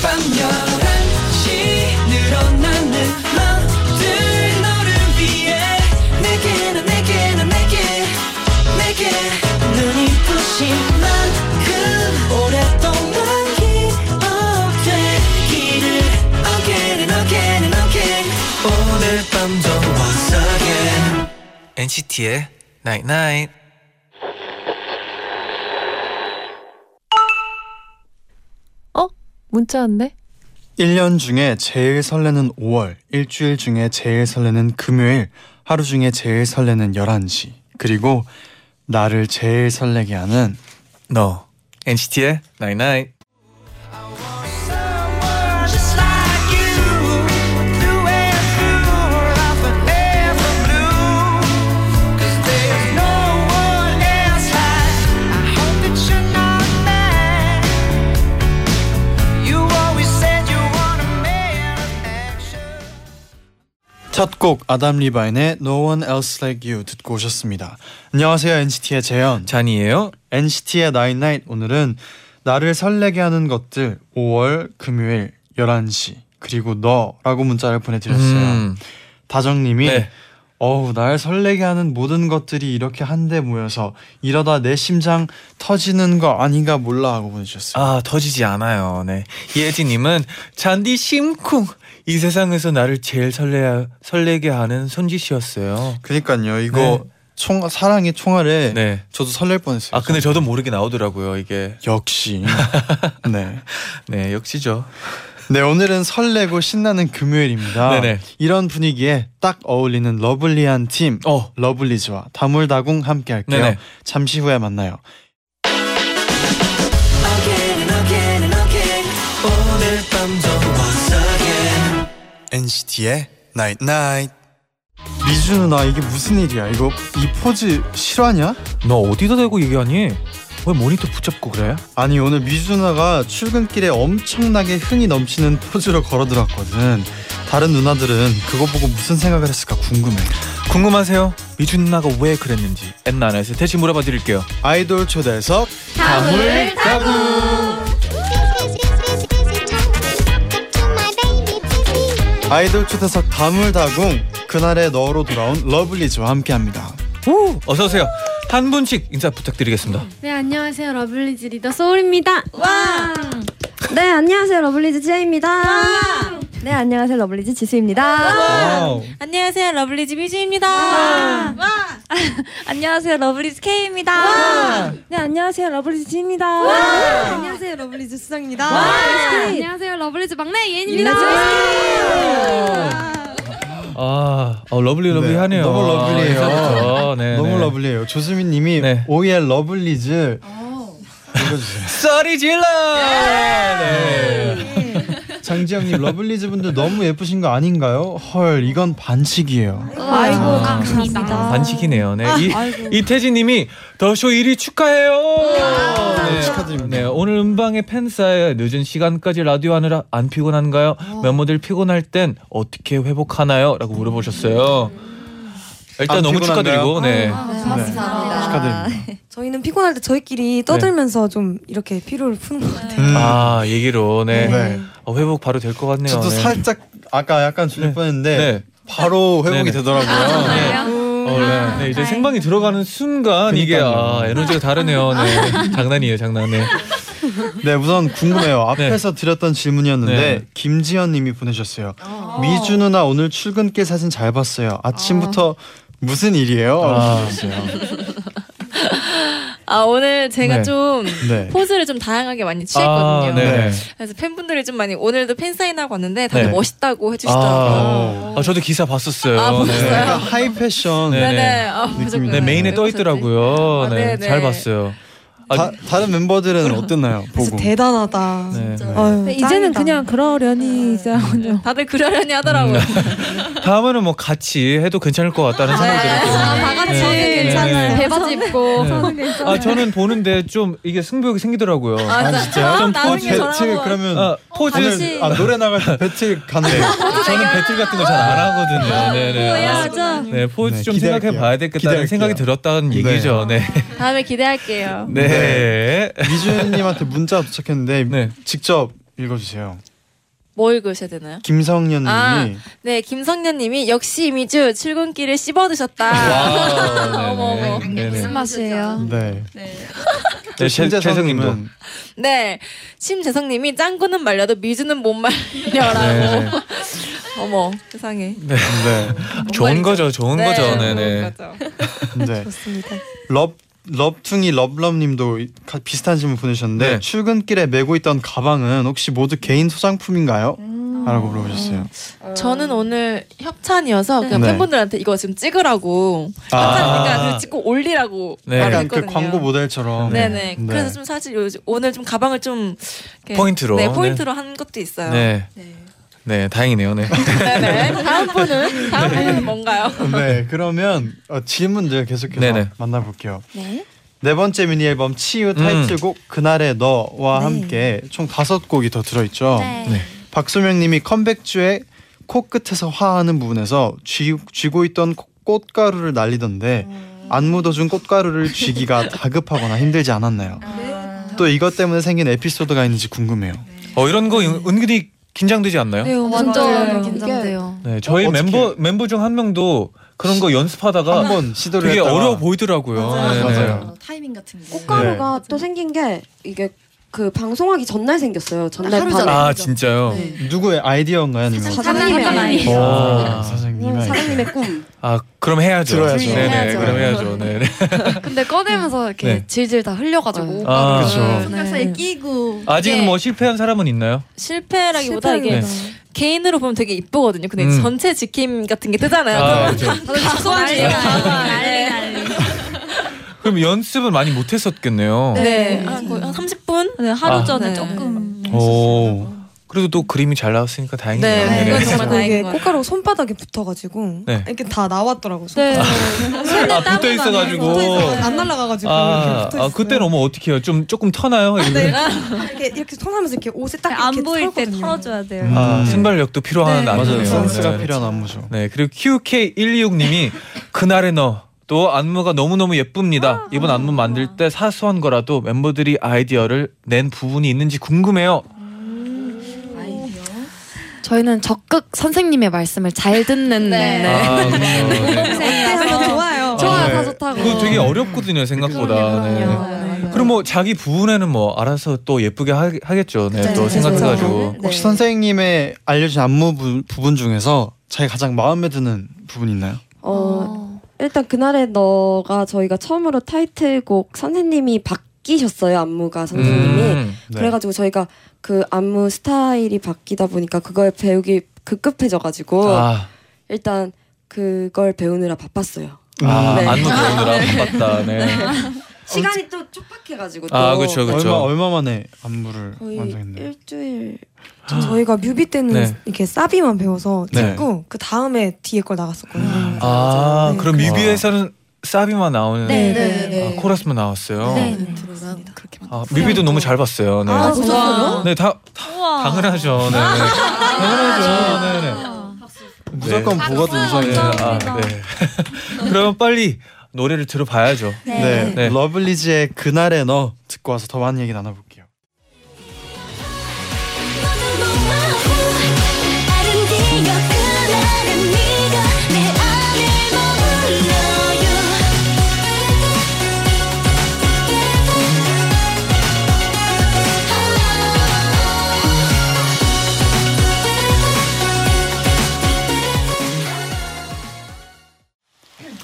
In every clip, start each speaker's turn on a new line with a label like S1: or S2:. S1: 밤 11시 늘어나는 맘들 너를 위해 내게 난 내게 난 내게 내게 눈이 부신 만큼 오랫동안 기억되기를 Again and again and again 오늘 밤도 once again
S2: NCT의 Night Night.
S3: 어? 문자 왔네?
S4: 1년 중에 제일 설레는 5월, 일주일 중에 제일 설레는 금요일, 하루 중에 제일 설레는 11시. 그리고 나를 제일 설레게 하는
S2: 너 NCT의 Night Night.
S1: Just like you through and through I forever blue Cause there's no one else like I hope that you're not mad You always said you want a man of action
S4: 첫 곡 아담 리바인의 No One Else Like You 듣고 오셨습니다. 안녕하세요 NCT의 재현.
S2: 잔이에요.
S4: NCT의 나잇나잇 오늘은 나를 설레게 하는 것들 5월 금요일 11시 그리고 너라고 문자를 보내드렸어요.
S2: 음.
S4: 다정님이
S2: 네.
S4: 어우 날 설레게 하는 모든 것들이 이렇게 한데 모여서 이러다 내 심장 터지는 거 아닌가 몰라 하고 보내주셨어요.
S2: 아 터지지 않아요. 네. 예지님은 잔디 심쿵. 이 세상에서 나를 제일 설레 설레게 하는 손짓이었어요.
S4: 그니까요 이거 총 사랑의 총알에
S2: 네.
S4: 저도 설렐 뻔했어요.
S2: 아 근데 저도 모르게 나오더라고요 이게.
S4: 역시 네.
S2: 네 역시죠.
S4: 네 오늘은 설레고 신나는 금요일입니다.
S2: 네네.
S4: 이런 분위기에 딱 어울리는 러블리한 팀
S2: 어.
S4: 러블리즈와 다물다궁 함께 할게요.
S2: 네네.
S4: 잠시 후에 만나요.
S1: Again and again and again 오늘 밤도 once again
S4: NCT의 Night Night. 미주 누나 이게 무슨 일이야? 이거 이 포즈 실화냐?
S2: 너 어디다 대고 얘기하니? 왜 모니터 붙잡고 그래?
S4: 아니 오늘 미주 누나가 출근길에 엄청나게 흥이 넘치는 포즈로 걸어들었거든. 다른 누나들은 그거 보고 무슨 생각을 했을까 궁금해.
S2: 궁금하세요? 미주 누나가 왜 그랬는지 엔나나에서 대신 물어봐 드릴게요.
S4: 아이돌 초대석 다물다궁. 아이돌 초대석 다물다궁 그날의 너로 돌아온 러블리즈와 함께합니다.
S2: 우 어서 오세요. 한 분씩 인사 부탁드리겠습니다.
S5: 네 안녕하세요 러블리즈 리더 소울입니다. 와. 네 안녕하세요 러블리즈 지아입니다. 네 안녕하세요 러블리즈 지수입니다.
S2: 와우.
S5: 안녕하세요 러블리즈 미주입니다. 안녕하세요 러블리즈 K입니다. 네 안녕하세요 러블리즈 지입니다. 아, 안녕하세요 러블리즈 수정입니다. 아,
S6: 네.
S5: 안녕하세요 러블리즈 막내 예인입니다.
S2: 아, 어, 러블리 러블리하네요.
S4: 네, 너무 러블리해요. 어,
S2: 아, 인사부터. 네,
S4: 너무
S2: 네.
S4: 러블리해요. 조수민님이
S2: 네.
S4: OEL 러블리즈 읽어주세요.
S2: 소리 질러. 아, 네.
S4: 장지영님 러블리즈 분들 너무 예쁘신 거 아닌가요? 헐 이건 반칙이에요.
S5: 아이고 감사합니다.
S2: 반칙이네요.
S4: 아,
S2: 네. 이, 이태진님이 더쇼 1위 축하해요. 네.
S4: 아, 축하드립니다.
S2: 네, 오늘 음방의 팬 사이 늦은 시간까지 라디오 하느라 안 피곤한가요?
S4: 아.
S2: 멤버들 피곤할 땐 어떻게 회복하나요?라고 물어보셨어요. 일단
S4: 안
S2: 너무
S4: 피곤한가요? 아,
S2: 축하드리고, 네.
S4: 축하드립니다.
S7: 저희는 피곤할 때 저희끼리 떠들면서 좀 이렇게 피로를 푸는 것 같아요.
S4: 음,
S2: 아 얘기로, 네.
S4: 네.
S2: 어, 회복 바로 될 것 같네요.
S4: 저도
S2: 네.
S4: 살짝 아까 약간
S2: 네.
S4: 줄릴 뻔했는데
S2: 네.
S4: 바로 회복이
S2: 네네.
S4: 되더라고요.
S2: 어, 네. 네, 이제 생방이 들어가는 순간 이게
S4: 그러니까요.
S2: 아, 에너지가 다르네요. 네. 장난이에요, 장난에.
S4: 네 우선 궁금해요. 앞에서 드렸던 질문이었는데
S2: 네.
S4: 김지현님이 보내셨어요. 미주 누나 오늘 출근길 사진 잘 봤어요. 아침부터 무슨 일이에요?
S2: 아.
S4: 그러셨어요.
S8: 아 오늘 제가
S2: 네.
S8: 좀
S4: 네.
S8: 포즈를 좀 다양하게 많이 취했거든요.
S2: 아, 네.
S8: 그래서 팬분들이 좀 많이 오늘도 팬 사인하고 왔는데 다들
S2: 네.
S8: 멋있다고 해주시더라고요.
S2: 아, 아, 저도 기사 봤었어요.
S8: 음.
S2: 그러니까
S8: 아, 보셨어요?
S4: 약간 하이 패션.
S2: 네.
S8: 네네. 아,
S4: 느낌이
S8: 무조건
S2: 네, 메인에
S8: 왜
S2: 떠
S8: 보셨지?
S2: 있더라고요.
S8: 아,
S2: 네,
S8: 네, 네.
S2: 잘 봤어요. 아,
S4: 다, 다른 멤버들은 어땠나요?
S7: 진짜
S4: 보고.
S7: 대단하다.
S2: 네. 네.
S7: 아유,
S3: 이제는
S7: 짱이다.
S3: 그냥 그러려니 이제
S8: 다들 그러려니 하더라고요.
S2: 다음에는 뭐 같이 해도 괜찮을 것 같다는 생각이 들었어요.
S8: 네. 아, 다 같이
S2: 네. 괜찮아요.
S8: 배바지
S2: 음,
S8: 입고.
S2: 아, 저는 보는데 좀 이게 승부욕이 생기더라고요.
S8: 아,
S4: 아
S8: 진짜.
S4: 진짜요?
S8: 아,
S4: 어,
S8: 나중에 저랑
S4: 배틀
S8: 한번-
S4: 그러면
S2: 아, 포즈
S8: 다시- 아,
S4: 아 노래 나갈 때 배틀 가네요.
S2: 저는 배틀 같은 거 잘 안 하거든요. 네, 네. 아,
S8: 맞아.
S2: 네, 포즈
S4: 네,
S2: 좀
S4: 기대할게요.
S2: 생각해 봐야 되겠다는
S4: 기대할게요.
S2: 생각이 들었다는 얘기죠. 네.
S8: 다음에 기대할게요.
S2: 네.
S4: 미주님한테 문자 도착했는데
S2: 네.
S4: 직접 읽어주세요.
S8: 뭘 읽으셔야 되나요?
S4: 김성년님이
S8: 아. 네, 김성년님이 역시 이미주 출근길을 씹어드셨다. 어머 네, 어머.
S9: 무슨 맛이에요?
S4: 네.
S2: 네, 재- 재승님도.
S4: 신재성님은
S8: 네, 심재성님이 짱구는 말려도 미주는 못 말려라.
S2: 네.
S8: 어머 세상에.
S4: 네.
S2: 좋은 거죠, 좋은
S8: 네,
S2: 거죠.
S8: 좋은
S2: 네네.
S8: 거죠.
S4: 네.
S7: 좋습니다.
S4: 럽 럽퉁이 럽럽님도 가- 비슷한 질문 보내셨는데
S2: 네.
S4: 출근길에 메고 있던 가방은 혹시 모두 개인 소장품인가요?
S8: 음.
S4: 라고 물어보셨어요.
S8: 저는 오늘 협찬이어서 그냥
S4: 네.
S8: 팬분들한테 이거 지금 찍으라고
S4: 아.
S8: 협찬이니까 그 찍고 올리라고
S2: 네.
S4: 약간
S8: 말했거든요.
S4: 그 광고 모델처럼.
S8: 네네.
S4: 네.
S8: 그래서 좀 사실 요즘 오늘 좀 가방을 좀 이렇게-
S2: 포인트로.
S8: 네 포인트로 한 것도 있어요.
S2: 네. 네, 다행이네요. 네.
S8: 네네. 다음 분은 다음 분은 뭔가요?
S4: 네, 그러면 어, 질문들 계속해서
S2: 네네.
S4: 만나볼게요. 네. 번째 미니 앨범 치유 타이틀곡
S2: 음.
S4: 그날의 너와 함께 총 다섯 곡이 더 들어있죠.
S2: 네.
S4: 박소명님이 컴백주에 코 끝에서 화하는 부분에서 쥐, 쥐고 있던 코- 꽃가루를 날리던데 안 묻어준 꽃가루를 쥐기가 다급하거나 힘들지 않았나요? 또 이것 때문에 생긴 에피소드가 있는지 궁금해요.
S2: 어 이런 거 은- 은근히 긴장되지 않나요?
S3: 네,
S9: 완전
S3: 맞아요. 이게
S9: 긴장돼요.
S2: 네, 저희
S4: 어떻게?
S2: 멤버 멤버 중 한 명도 그런 거 연습하다가
S4: 한번 시도를
S2: 되게
S4: 했다가
S2: 어려워 보이더라고요.
S4: 맞아요.
S2: 네, 네.
S4: 맞아요.
S10: 타이밍 같은 게.
S11: 꽃가루가 또 생긴 게 이게 그 방송하기 전날 생겼어요. 전날
S10: 하루
S11: 밤에.
S10: 전에.
S2: 아 진짜요?
S10: 네.
S4: 음. 누구의 아이디어인가요? 아니면
S11: 사장님의 아이.
S4: 오,
S2: 아.
S4: 사장님의
S6: 네.
S4: 아이디어.
S11: 사장님의 꿈.
S2: 아 그럼 해야죠.
S4: 들어야죠.
S2: 네네,
S8: 해야죠.
S2: 그럼 해야죠. 네네.
S9: 근데 꺼내면서 이렇게
S2: 네.
S9: 질질 다 흘려가지고.
S2: 아,
S9: 오빠가.
S4: 그쵸.
S9: 네.
S10: 삼각사에 끼고.
S8: 네.
S2: 아직은 뭐 실패한 사람은 있나요?
S8: 실패라기보다 이게
S2: 실패라기보다.
S8: 개인으로 보면 되게 이쁘거든요. 근데
S2: 음.
S8: 전체 지킴 같은 게 뜨잖아요.
S2: 아,
S8: 그럼
S2: 그렇죠.
S8: 다들 주소를 주세요. 네.
S2: 그럼 연습을 많이 못 했었겠네요.
S8: 네. 한 거의 한 30분? 네, 하루
S2: 아.
S8: 전에
S9: 네.
S8: 조금.
S2: 오. 그래도 또 그림이 잘 나왔으니까 다행이네요.
S8: 네, 이건 정말
S7: 그래서 이게
S8: 다행인 거예요.
S7: 꽃가루 손바닥에 붙어가지고
S2: 네.
S7: 이렇게 다 나왔더라고.
S8: 네.
S7: 손바닥에.
S1: 그
S2: 아 붙어 있어가지고.
S7: 붙어있어서 안 날라가가지고
S2: 아,
S7: 이렇게
S2: 아
S7: 붙어있어요.
S2: 그때는 어머 어떻게 해요? 좀 조금 터나요?
S7: 아, 네.
S2: 이렇게?
S7: 이렇게 이렇게 손하면서 이렇게 옷에 딱 이렇게
S8: 안 보일 때
S7: 털거든요.
S8: 털어줘야 돼요.
S4: 아,
S2: 아, 순발력도 필요한
S7: 네.
S4: 맞아요.
S2: 안무네요.
S4: 센스가
S2: 네.
S4: 필요한 안무죠.
S2: 네 그리고 QK126님이 그날의 너 또 안무가 너무너무 예쁩니다. 이번 안무 만들 때 사소한 거라도 멤버들이 아이디어를 낸 부분이 있는지 궁금해요.
S10: 아이디어.
S6: 저희는 적극 선생님의 말씀을 잘 듣는
S8: 네.
S2: 아, 그렇군요. 네.
S7: 하면 좋아요.
S9: 좋아요,
S2: 네.
S9: 다 좋다고.
S2: 그거 되게 어렵거든요 생각보다. 네.
S9: 그럼요.
S2: 그럼 뭐 자기 부분에는 뭐 알아서 또 예쁘게 하, 겠죠 네,
S10: 네,
S2: 또
S10: 네,
S2: 생각해가지고.
S4: 혹시
S11: 네.
S4: 선생님의 알려준 안무 부, 부분 중에서 자기 가장 마음에 드는 부분 있나요?
S11: 어
S10: 아.
S11: 일단 그날의 너가 저희가 처음으로 타이틀곡 선생님이 바뀌셨어요 안무가 선생님이.
S2: 음.
S4: 네.
S11: 그래가지고 저희가 그 안무 스타일이 바뀌다 보니까 그걸 배우기 급급해져가지고
S2: 아,
S11: 일단 그걸 배우느라 바빴어요.
S2: 아
S11: 네.
S2: 안무 배우느라 바빴다. 네.
S11: 시간이 또 촉박해가지고 또
S2: 아 그렇죠
S4: 어, 얼마
S2: 그렇죠.
S4: 얼마 만에 안무를 아.
S11: 거의
S4: 완성했나요?
S11: 일주일
S7: 저희가 뮤비 때는
S2: 네.
S7: 이렇게 사비만 배워서
S4: 네.
S7: 찍고 그 다음에 뒤에 걸 나갔었거든요.
S2: 아
S7: 네.
S2: 그럼
S4: 네.
S2: 뮤비에서는 사비만 나오는
S9: 네,
S10: 네, 네.
S2: 아, 코러스만 나왔어요.
S10: 네.
S9: 네.
S10: 들어가 그렇게 만.
S2: 아 뮤비도 너무 잘 봤어요. 네.
S7: 아,
S8: 우와.
S7: 보셨어요?
S2: 네, 다, 다 당연하죠. 네, 네.
S10: 아,
S2: 당연하죠. 네, 네.
S4: 무조건 보고도 우선이에요.
S2: 아, 네. 그러면 빨리 노래를 들어봐야죠.
S4: 네.
S2: 네.
S4: 러블리즈의 그날의 너 듣고 와서 더 많은 얘기 나눠볼게요.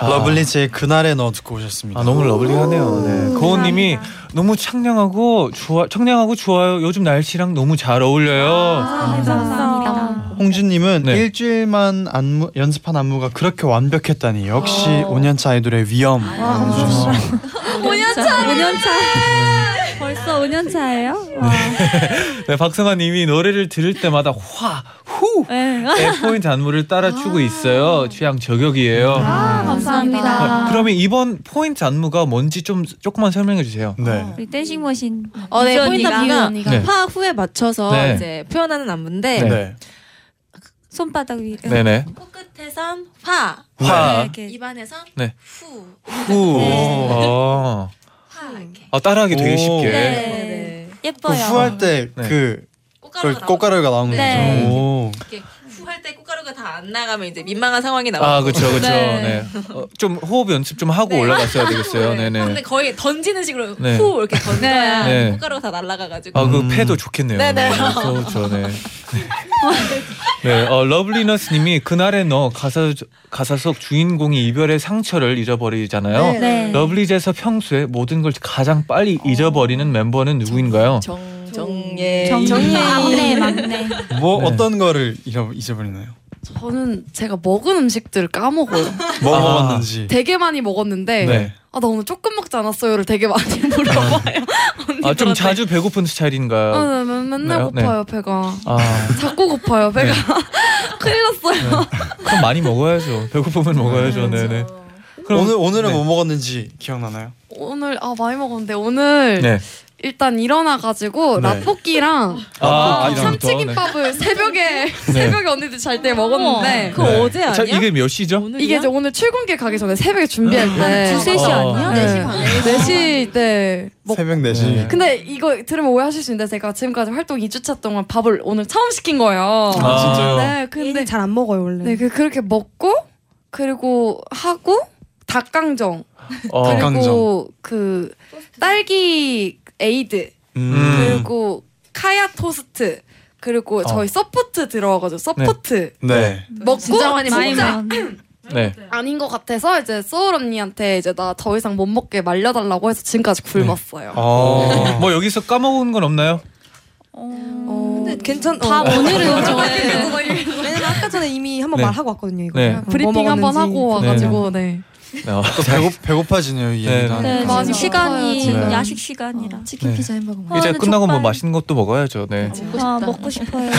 S2: 아.
S4: 러블리즈의 그날의 너 듣고 오셨습니다.
S2: 아 너무 러블리하네요. 네. 고은님이 너무 청량하고 좋아 청량하고 좋아요. 요즘 날씨랑 너무 잘 어울려요.
S11: 아.
S9: 감사합니다.
S4: 홍준님은
S2: 네.
S4: 일주일만 안무, 연습한 안무가 그렇게 완벽했다니 역시
S11: 어.
S4: 5년차 아이돌의 위엄. 아,
S9: 5년 차. 5년 차. 벌써 5년 차예요? 와.
S2: 네, 박성아님이 노래를 들을 때마다 화후
S9: 네.
S2: 포인트 안무를 따라 추고 있어요. 취향 저격이에요.
S9: 아, 감사합니다.
S2: 네, 그러면 이번 포인트 안무가 뭔지 좀 조금만 설명해 주세요.
S4: 네.
S9: 우리 댄싱 머신.
S8: 어, 네,
S9: 미주
S8: 포인트
S9: 언니가
S8: 뷰가
S2: 네.
S8: 파 후에 맞춰서
S2: 네.
S8: 이제 표현하는 안무인데
S2: 네.
S4: 네.
S9: 손바닥 위로.
S2: 네네.
S8: 코끝에선 파,
S2: 네. 화.
S9: 이렇게.
S8: 입안에선
S2: 네.
S8: 후,
S11: 아.
S2: 후.
S6: 네.
S11: 네.
S2: 어.
S8: 파 이렇게.
S2: 아 따라하기 되게
S11: 네.
S4: 오.
S2: 쉽게.
S8: 네.
S4: 그
S8: 예뻐요.
S4: 후할
S8: 네.
S4: 때그 그걸
S8: 꽃가루가
S4: 꽃가루가 나오는 거죠.
S8: 네.
S2: 음.
S4: 오.
S8: 이렇게 후할 때 꽃가루가 다 안 나가면 이제 민망한 상황이 나와요.
S2: 아 그렇죠 그렇죠. 네. 어, 좀 호흡 연습 좀
S6: 네.
S2: 하고 올라갔어야 되겠어요.
S8: 네. 근데
S2: 네네.
S8: 거의 던지는 식으로
S2: 네.
S8: 후 이렇게 던져야
S2: 네.
S8: 꽃가루가 다 날아가가지고.
S2: 아그 패도 음. 좋겠네요.
S8: 네네.
S2: 그렇죠. 네. 네, 어, 러블리너스님이 그날의 너 가사 가사 속 주인공이 이별의 상처를 잊어버리잖아요.
S10: 네, 네.
S2: 러블리즈에서 평소에 모든 걸 가장 빨리 잊어버리는 멤버는 누구인가요?
S8: 정예.
S10: 막내 막내.
S4: 뭐
S2: 네.
S4: 어떤 거를 잃어 잊어버리나요?
S6: 저는 제가 먹은 음식들을 까먹어요.
S4: 뭐
S2: 아.
S4: 먹었는지.
S6: 되게 많이 먹었는데
S2: 네.
S6: 아, 나 오늘 조금 먹지 않았어요를 되게 많이 물어봐요.
S2: 아, 좀
S6: 언니들한테.
S2: 자주 배고픈 스타일인가요?
S6: 아, 네, 맨- 맨날
S2: 네,
S6: 고파요, 배가.
S2: 아,
S6: 자꾸 고파요, 배가. 큰일 났어요.
S2: 그럼 많이 먹어야죠. 배고프면 먹어야죠. 네네. 그럼-
S4: 오늘 오늘은
S2: 네.
S4: 뭐 먹었는지 기억나나요?
S6: 오늘, 아, 많이 먹었는데, 오늘
S2: 네.
S6: 일단 일어나가지고
S4: 네.
S6: 라볶이랑 어,
S2: 아, 아니랑 또, 네.
S6: 참치김밥을 새벽에, 새벽에 언니들 잘 때 먹었는데,
S2: 네. 자, 이게 몇 시죠?
S6: 이게 이제 오늘 출근길 가기 전에 새벽에 준비할 때.
S2: 두세 시 어. 아니야?
S6: 네.
S2: 네시
S6: 네시 때.
S4: 뭐
S6: 먹-
S4: 새벽 4시.
S2: 네.
S6: 근데 이거 들으면 오해하실 수 있는데 제가 지금까지 활동 2주차 동안 밥을 오늘 처음 시킨 거예요.
S2: 아, 진짜요?
S6: 네, 근데
S7: 근데 잘 안 먹어요 원래.
S6: 네, 그, 그렇게 먹고 그리고 하고 닭강정
S2: 어,
S4: 닭강- 닭강정.
S6: 그리고 그 딸기 에이드
S2: 음.
S6: 그리고 카야 토스트 그리고 저희
S2: 어.
S6: 서포트 들어와가지고 서포트
S4: 네.
S6: 먹고 진짜 많이
S10: 진짜
S2: 네.
S6: 아닌 것 같아서 이제 소울 언니한테 이제 나 더 이상 못 먹게 말려달라고 해서 지금까지
S10: 아.
S4: 아.
S6: 굶었어요.
S2: 어. 뭐 여기서 까먹은 건 없나요?
S6: 어,
S7: 근데 괜찮.
S6: 다 오늘은 좀
S7: 왜냐면 아까 전에 이미 한번
S2: 네.
S7: 말하고 왔거든요 이거.
S2: 네.
S7: 뭐
S6: 브리핑 한 번
S7: 먹었는지.
S6: 하고 와가지고 네.
S2: 어.
S4: 또 배고 배고파지네요 이
S2: 네,
S4: 얘기를 하니까.
S10: 네,
S6: 많이
S10: 지금 시간이
S4: 지금.
S10: 지금 야식 시간이라.
S2: 네.
S10: 네. 아, 치킨 피자 햄버거. 먹-
S2: 이제
S10: 아,
S2: 끝나고 뭐
S10: 족발.
S2: 맛있는 것도 먹어야죠. 네.
S10: 아, 먹고 싶어요.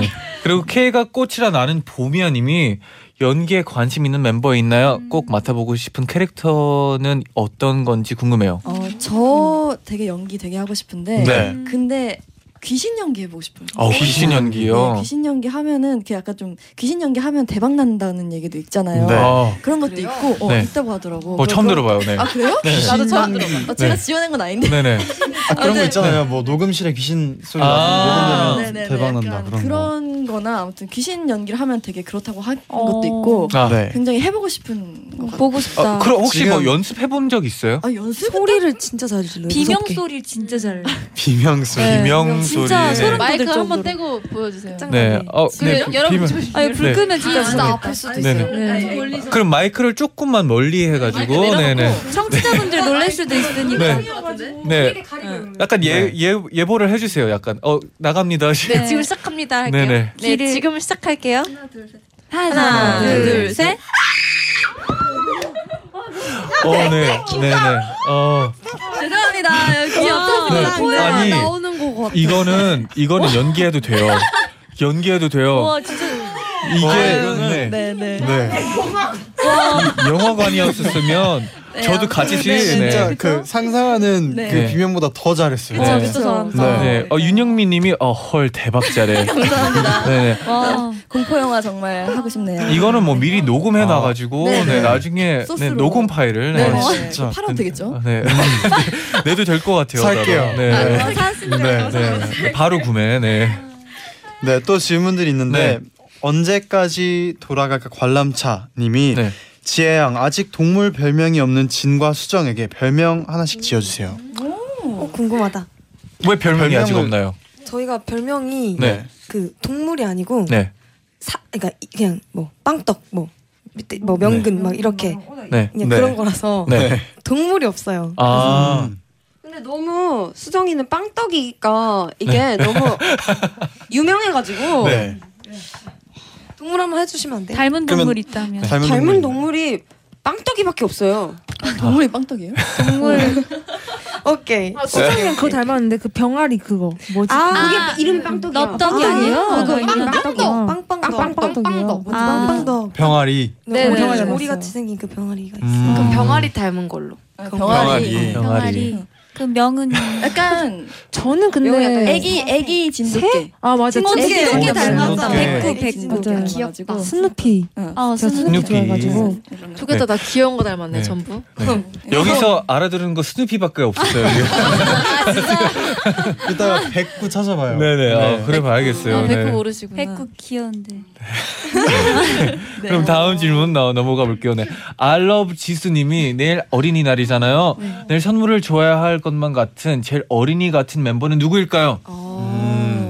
S2: 네. 그리고 K가 꽃이라 나는 봄이야님이 연기에 관심 있는 멤버 있나요? 꼭 맡아보고 싶은 캐릭터는 어떤 건지 궁금해요. 아,
S10: 어, 저 되게 연기 되게 하고 싶은데
S2: 네.
S10: 근데 귀신 연기 해보고 싶어요.
S2: 어, 귀신 연기요.
S10: 네, 귀신 연기 하면은 그 약간 좀 귀신 연기 하면 대박 난다는 얘기도 있잖아요.
S4: 네.
S2: 어,
S10: 그런 것도
S6: 그래요?
S10: 있고 어,
S2: 네.
S10: 있다고 하더라고.
S2: 어, 처음
S10: 그래서-
S2: 들어봐요. 네.
S10: 아 그래요?
S2: 네.
S10: 나도 처음
S6: 들어봐.
S10: 어, 제가
S4: 네.
S10: 지원한 건 아닌데.
S2: 네네.
S4: 아, 그런
S10: 네.
S4: 거 있잖아요. 뭐 녹음실에 귀신 소리
S2: 아.
S4: 나서 녹음되면
S10: 네네네,
S4: 대박 난다
S10: 약간
S4: 그런, 거.
S10: 거나 아무튼 귀신 연기를 하면 되게 그렇다고 하는
S7: 어.
S10: 것도 있고
S2: 아,
S4: 네.
S10: 굉장히 해보고 싶은 것 같아요.
S7: 보고 싶다.
S2: 아, 그럼 혹시 뭐
S4: 지금-
S2: 연습해 본 적 있어요?
S10: 아 연습?
S7: 소리를 진짜 잘 질러요.
S9: 비명
S7: 무섭게.
S9: 소리를 진짜 잘.
S4: 비명 소리.
S2: 비명 소리.
S7: 진짜
S2: 네.
S7: 소름
S8: 마이크
S7: 돋을
S8: 한번
S7: 정도로.
S8: 떼고 보여주세요.
S2: 네. 어, 네.
S8: 그 여- 여러분 좀-
S7: 아니 불
S2: 네.
S7: 끄면 진짜
S6: 진짜
S7: 무섭겠다.
S6: 아플 수도
S2: 네네.
S6: 있어요.
S8: 네.
S2: 그럼 마이크를 조금만 멀리 해가지고,
S8: 마이크
S2: 네네.
S8: 내려놓고.
S7: 청취자분들 놀랄 수도 있으니까.
S2: 네. 네. 약간 예,
S4: 네.
S2: 예, 예보를 해주세요. 약간, 어, 나갑니다.
S8: 네, 지금 시작합니다. 할게요.
S2: 네네.
S8: 네,
S7: 길을-
S8: 지금 시작할게요.
S7: 하나, 둘,
S2: 둘,
S7: 셋.
S2: 어, 네. 네네. 어.
S7: 죄송합니다.
S2: 네.
S7: 귀엽다.
S2: 아니,
S6: 나오는 거 같아.
S2: 이거는 이거는 연기해도 돼요. 연기해도 돼요. 이게 네.
S10: 아, 네네.
S4: 네.
S2: 이 영화관이었으면 저도 같이 네,
S4: 진짜
S2: 네.
S4: 그 상상하는
S10: 네.
S4: 그 비명보다 더 잘했어요.
S2: 그쵸,
S4: 네.
S2: 그쵸.
S7: 진짜 잘한다.
S4: 네.
S2: 네. 어 윤영미 님이 어 헐 대박 잘해.
S10: 감사합니다.
S2: 네네.
S10: 와, 공포 영화 정말 하고 싶네요.
S2: 이거는 뭐 미리 녹음해 놔 가지고
S10: 아.
S2: 네,
S10: 네, 네.
S2: 나중에 네,
S10: 소스로.
S2: 녹음 파일을
S10: 네,
S2: 네.
S4: 아,
S10: 네.
S4: 진짜.
S10: 팔아도 되겠죠?
S2: 네. 내도 될 것 같아요.
S4: 살게요.
S2: 나도. 네.
S4: 네.
S2: 네. 네. 네. 바로 구매. 네.
S4: 네, 또 질문들이 있는데
S2: 네.
S4: 언제까지 돌아갈까 관람차 님이
S2: 네.
S4: 지혜 양 아직 동물 별명이 없는 진과 수정에게 별명 하나씩 지어 주세요.
S7: 어, 궁금하다.
S2: 왜 별명이 아직
S4: 별명을-
S2: 없나요?
S7: 저희가 별명이
S2: 네.
S7: 그 동물이 아니고
S2: 네.
S7: 사 그러니까 이- 그냥 뭐 빵떡 뭐 밑에 뭐 명근 막 이렇게
S2: 네.
S7: 그냥
S4: 네.
S7: 그런 거라서
S2: 네.
S7: 동물이 없어요.
S2: 아.
S11: 근데 너무 수정이는 빵떡이니까 이게 너무
S2: 네.
S11: 유명해가지고
S4: 네.
S7: 동물 한번 해주시면 안 돼요?
S9: 닮은
S4: 그러면-
S9: 동물 있다면.
S4: 닮은,
S11: 닮은
S4: 동물.
S11: 동물이 빵떡이밖에 없어요.
S4: 아.
S10: 동물이 빵떡이에요?
S7: 오케이.
S3: 아, 수정이랑 그거 닮았는데 그 병아리 그거 뭐지?
S11: 아, 그게 이름이 빵떡이야.
S9: 넙떡이 아니에요?
S11: 그거
S9: 아,
S11: 이름이
S7: 빵떡.
S11: 빵떡이야.
S7: 빵빵떡.
S6: 빵떡.
S7: 뭐지? 어, 빵빵떡.
S4: 병아리.
S11: 네,
S7: 오리,
S11: 네.
S7: 오리같이 생긴 그 병아리가 있어.
S4: 음.
S6: 병아리 닮은 걸로. 어,
S10: 아,
S2: 병아리. 병아리.
S10: 병아리.
S1: 그 명은
S10: 약간
S3: 저는
S10: 명은
S3: 근데
S10: 약간 어. 애기 애기 진돗개.
S3: 아 맞아.
S10: 진돗개
S3: 진돗개
S10: 이렇게
S3: 닮았어.
S10: 닮았다.
S3: 백구,
S10: 백구
S3: 맞아요.
S10: 귀엽다.
S3: 스누피.
S10: 어,
S3: 제가 스누피
S2: 스누피.
S3: 좋아해가지고.
S8: 좋겠다. 나 귀여운 거 닮았네
S2: 네.
S8: 전부. 어,
S2: 여기서 알아들은 거 스누피밖에 없었어요.
S1: 아,
S4: 이따가 백구 찾아봐요.
S2: 네네. 아, 그래 봐야겠어요.
S1: 아,
S2: 네.
S1: 백구 모르시구나. 백구 귀여운데. 네.
S2: 그럼 다음 질문 나, 넘어가 볼게요. 네. 알러브 지수님이 내일 어린이날이잖아요.
S1: 네.
S2: 내일 선물을 줘야 할 것만 같은 제일 어린이 같은 멤버는 누구일까요?
S1: 어.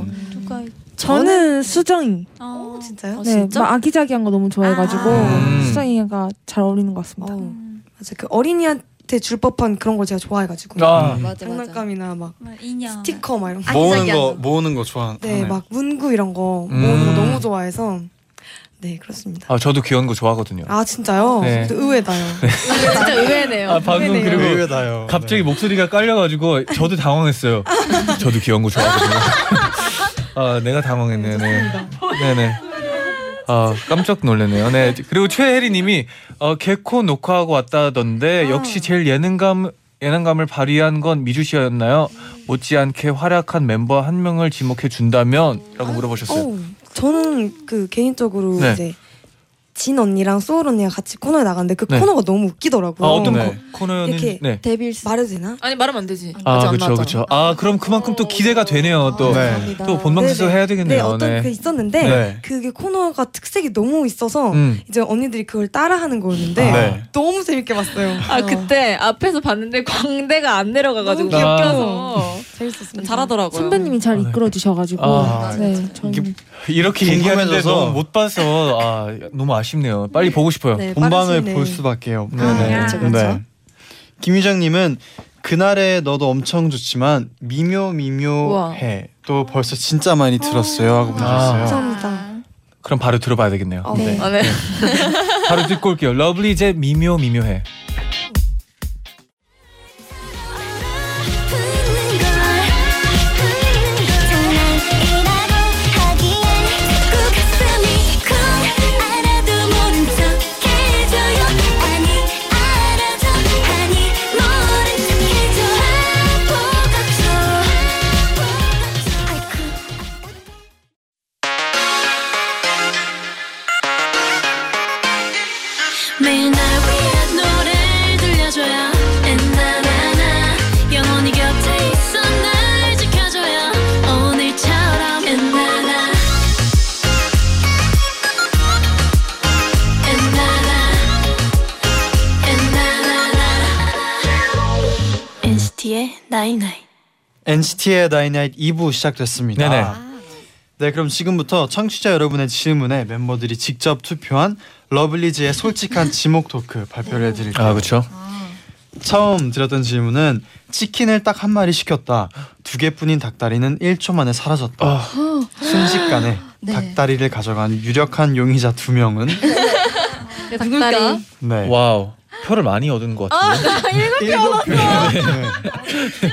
S2: 음.
S1: 누가
S3: 저는 수정이.
S1: 어, 진짜요?
S3: 네, 막 아기자기한 거 너무 좋아해가지고
S7: 음.
S3: 수정이가 잘 어울리는 것 같습니다.
S7: 맞아 그 어린이한테 줄 법한 그런 걸 제가 좋아해가지고
S8: 음.
S2: 아.
S7: 장난감이나 막
S1: 인형.
S7: 스티커 막 이런 거
S4: 모으는 거 모으는 거 아, 좋아.
S7: 네, 막 문구 이런 거
S2: 음.
S7: 모으는 거 너무 좋아해서 네 그렇습니다.
S2: 아 저도 귀여운 거 좋아하거든요.
S7: 아 진짜요?
S2: 네.
S7: 또 의외다요.
S8: 진짜 의외네요.
S2: 아 방금
S7: 의외네요.
S2: 그리고
S4: 의외다요.
S2: 갑자기 목소리가 깔려가지고 저도 당황했어요. 저도 귀여운 거 좋아하거든요. 아 내가 당황했네요. 네. 네네. 아 깜짝 놀랐네요. 네 그리고 최혜리님이 어, 개코 녹화하고 왔다던데 역시 제일 예능감 예능감을 발휘한 건 미주 씨였나요? 못지않게 활약한 멤버 한 명을 지목해 준다면라고 물어보셨어요.
S7: 어, 저는 그 개인적으로
S2: 네.
S7: 이제 진 언니랑 소울 언니가 같이 코너에 나갔는데 그
S2: 네.
S7: 코너가 너무 웃기더라고요.
S2: 아 어떤
S7: 네.
S2: 코- 코너는
S7: 이렇게
S2: 네.
S7: 데빌스 말해도 되나?
S8: 아니 말하면 안 되지. 아직
S2: 아
S8: 안
S2: 그렇죠
S8: 나왔잖아.
S2: 그렇죠. 아 그럼 그만큼 또 기대가 되네요. 또 또
S4: 감사합니다.
S2: 본방사수
S7: 아, 네네.
S2: 해야 되겠네요.
S7: 네, 어떤 그 있었는데
S2: 네.
S7: 그게 코너가 특색이 너무 있어서
S2: 음.
S7: 이제 언니들이 그걸 따라하는 거였는데
S2: 아. 네.
S7: 너무 재밌게 봤어요.
S8: 아 그때 앞에서 봤는데 광대가 안 내려가가지고
S2: 너무 귀여워.
S8: 웃겨서
S7: 재밌었습니다.
S8: 잘하더라고요.
S3: 선배님이 잘
S4: 네.
S3: 이끌어 주셔가지고
S2: 아.
S3: 네,
S4: 뭐
S3: 저는
S2: 이렇게 얘기하는데
S4: 궁금해져서.
S2: 너무 못 봐서 아 너무 아쉽네요. 빨리 보고 싶어요.
S7: 네,
S4: 본방을
S7: 빠르시네.
S4: 볼 수밖에요.
S2: 네네.
S7: 그렇죠, 그렇죠.
S4: 김유정님은 그날의 너도 엄청 좋지만 미묘 미묘해 또 벌써 진짜 많이 들었어요
S7: 아.
S4: 하고
S10: 아.
S2: 아.
S4: 보내셨어요.
S7: 감사합니다.
S2: 그럼 바로 들어봐야 되겠네요.
S7: 네.
S8: 아, 네.
S2: 바로 듣고 올게요. 러블리제 미묘 미묘해.
S1: 아, 매일 날 위한 노래를 들려줘요 엔나나나 영원히 곁에 있어 날 지켜줘요 오늘처럼 엔나나 엔나나 엔나나나 NCT의 나이나이
S4: NCT의 다이나이트 2부 시작됐습니다.
S2: 네네.
S4: 네 그럼 지금부터 청취자 여러분의 질문에 멤버들이 직접 투표한 러블리즈의 솔직한 지목 토크 발표를 해드릴게요.
S2: 아 그렇죠.
S4: 처음 드렸던 질문은 치킨을 딱 한 마리 시켰다. 두 개뿐인 닭다리는 1초 만에 사라졌다.
S2: 어.
S4: 순식간에
S10: 네.
S4: 닭다리를 가져간 유력한 용의자 두 명은
S2: 그러니까.
S8: 누굴까?
S4: 네.
S2: 와우. 표를 많이 얻은 것
S1: 아,
S2: 같은데.
S4: 일곱
S2: 네.
S4: 표.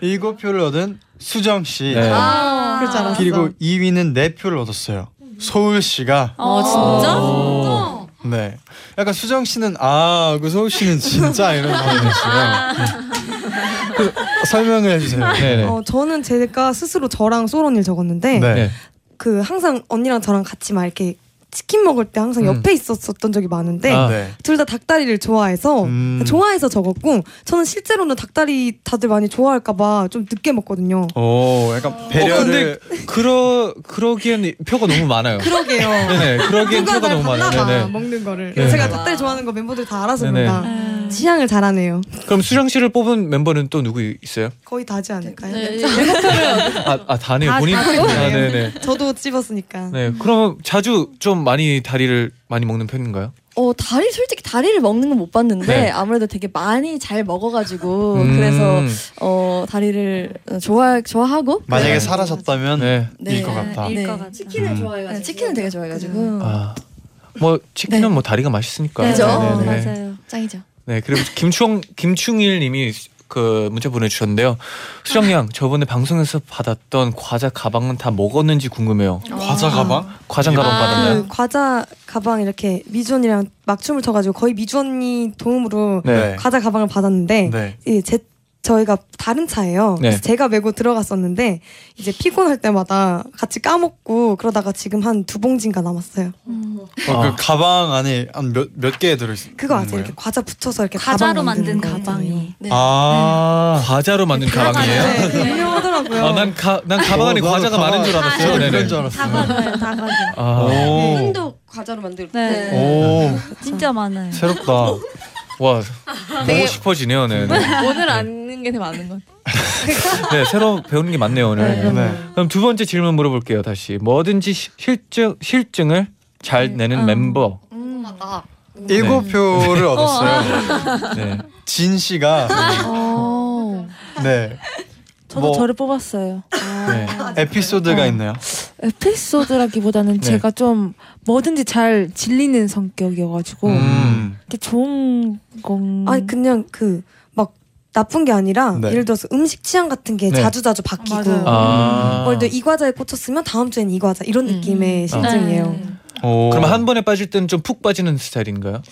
S4: 일곱 표를 얻은 수정 씨.
S2: 네.
S1: 아.
S7: 그럴 줄 알았어.
S4: 그리고 2위는 네 표를 얻었어요. 소울 씨가
S8: 어 진짜?
S2: 오.
S4: 네. 약간 수정 씨는 아, 그 소울 씨는 진짜 이런 반응이었어요. 그, 설명을 해주세요.
S2: 네네.
S7: 어, 저는 제가 스스로 저랑 소울 언니를 적었는데
S4: 네.
S2: 네.
S7: 그 항상 언니랑 저랑 같이 막 이렇게 치킨 먹을 때 항상
S2: 음.
S7: 옆에 있었었던 적이 많은데
S2: 아.
S4: 네.
S7: 둘 다 닭다리를 좋아해서
S4: 음.
S7: 좋아해서 적었고 저는 실제로는 닭다리 다들 많이 좋아할까봐 좀 늦게 먹거든요.
S4: 오, 약간
S2: 어,
S4: 배려를
S2: 근데 그러 그러기엔 표가 너무 많아요.
S7: 그러게요.
S2: 네. 네네. 그러기엔
S7: 누가
S2: 표가
S7: 날
S2: 너무
S7: 봤나 봐
S2: 많아요. 네네.
S7: 먹는 거를.
S2: 네.
S7: 제가 닭다리 좋아하는 거 멤버들 다 알아서
S2: 네네.
S7: 그런가. 취향을 잘하네요.
S2: 그럼 수정 씨를 뽑은 멤버는 또 누구 있어요?
S7: 거의 다지 않을까요? 네.
S2: 아, 아 다네요.
S7: 다-
S2: 본인.
S7: 다
S2: 아,
S7: 뽑았네요.
S2: 네네.
S7: 저도 찝었으니까.
S2: 네. 그럼 자주 좀 많이 다리를 많이 먹는 편인가요?
S10: 어 다리 솔직히 다리를 먹는 건 못 봤는데
S2: 네.
S10: 아무래도 되게 많이 잘 먹어가지고
S2: 음.
S10: 그래서 어 다리를 좋아 좋아하고
S4: 만약에 사라졌다면
S2: 네.
S10: 네.
S4: 일 것 같다.
S1: 네.
S8: 일것 같아.
S1: 치킨을
S2: 음.
S1: 좋아해가지고
S10: 네, 치킨을 되게 좋아해가지고
S2: 아. 뭐 치킨은
S7: 네.
S2: 뭐 다리가 맛있으니까.
S10: 그죠?
S2: 네네네.
S11: 맞아요.
S10: 짱이죠.
S2: 네 그리고 김충 김충일님이 그 문자 보내주셨는데요. 수정 양 저번에 방송에서 받았던 과자 가방은 다 먹었는지 궁금해요.
S5: 어.
S4: 과자 가방?
S2: 과자 가방
S8: 아.
S2: 받았나요?
S7: 그 과자 가방 이렇게 미주 언니랑 막춤을 춰가지고 거의 미주 언니 도움으로
S2: 네.
S7: 과자 가방을 받았는데
S4: 네.
S7: 예, 제 저희가 다른 차예요.
S5: 네.
S7: 그래서 제가 메고 들어갔었는데 이제 피곤할 때마다 같이 까먹고 그러다가 지금 한 두 봉지인가 남았어요.
S4: 어, 그 가방 안에 한 몇 몇 개 들어 있어.
S2: 음,
S7: 그거 아세요? 이렇게 과자 붙여서 이렇게
S5: 과자로
S7: 가방 만드는 네.
S5: 만든
S7: 가방이.
S4: 네.
S2: 아 과자로 만든 가방이에요?
S7: 네, 유명하더라고요.
S2: 아, 난, 가, 난 가방 안에
S4: 어, 나도
S2: 과자가
S4: 가방-
S2: 많은 줄 알았어요.
S4: 저도 그런
S2: 네네.
S4: 줄 알았어요.
S5: 다 가져.
S2: 아.
S5: 도
S11: 네, 과자로 만들고.
S5: 네.
S2: 오.
S5: 진짜 많아요.
S2: 새롭다. 와
S5: 되게-
S2: 보고 싶어지네요. 네. 네.
S5: 오늘 아는 게 되게 많은 것
S2: 네 새로 배우는 게 많네요 오늘. 그럼 두 번째 질문 물어볼게요 다시. 뭐든지 시- 실증 실증을 잘
S10: 네. 음.
S2: 내는 멤버. 네.
S6: 궁금하다.
S4: 일곱 표를
S6: 어.
S4: 얻었어요. 네. 진 씨가
S1: 어.
S4: 네.
S3: 저도
S4: 뭐-
S3: 저를 아, 뽑았어요.
S4: 네. 에피소드가 있나요?
S3: 에피소드라기보다는
S4: 네.
S3: 제가 좀 뭐든지 잘 질리는 성격이어가지고
S4: 음.
S7: 이게 좋은 건 아니 그냥 그 막 나쁜 게 아니라
S3: 네.
S7: 예를 들어서 음식 취향 같은 게
S3: 네.
S7: 자주자주 바뀌고
S3: 맞아요.
S7: 음,
S3: 아.
S7: 뭘, 이 과자에 꽂혔으면 다음 주엔 이 과자 이런
S2: 아.
S7: 느낌의 심증이에요.
S2: 어. 그럼 한 번에 빠질 때는 좀 푹 빠지는 스타일인가요?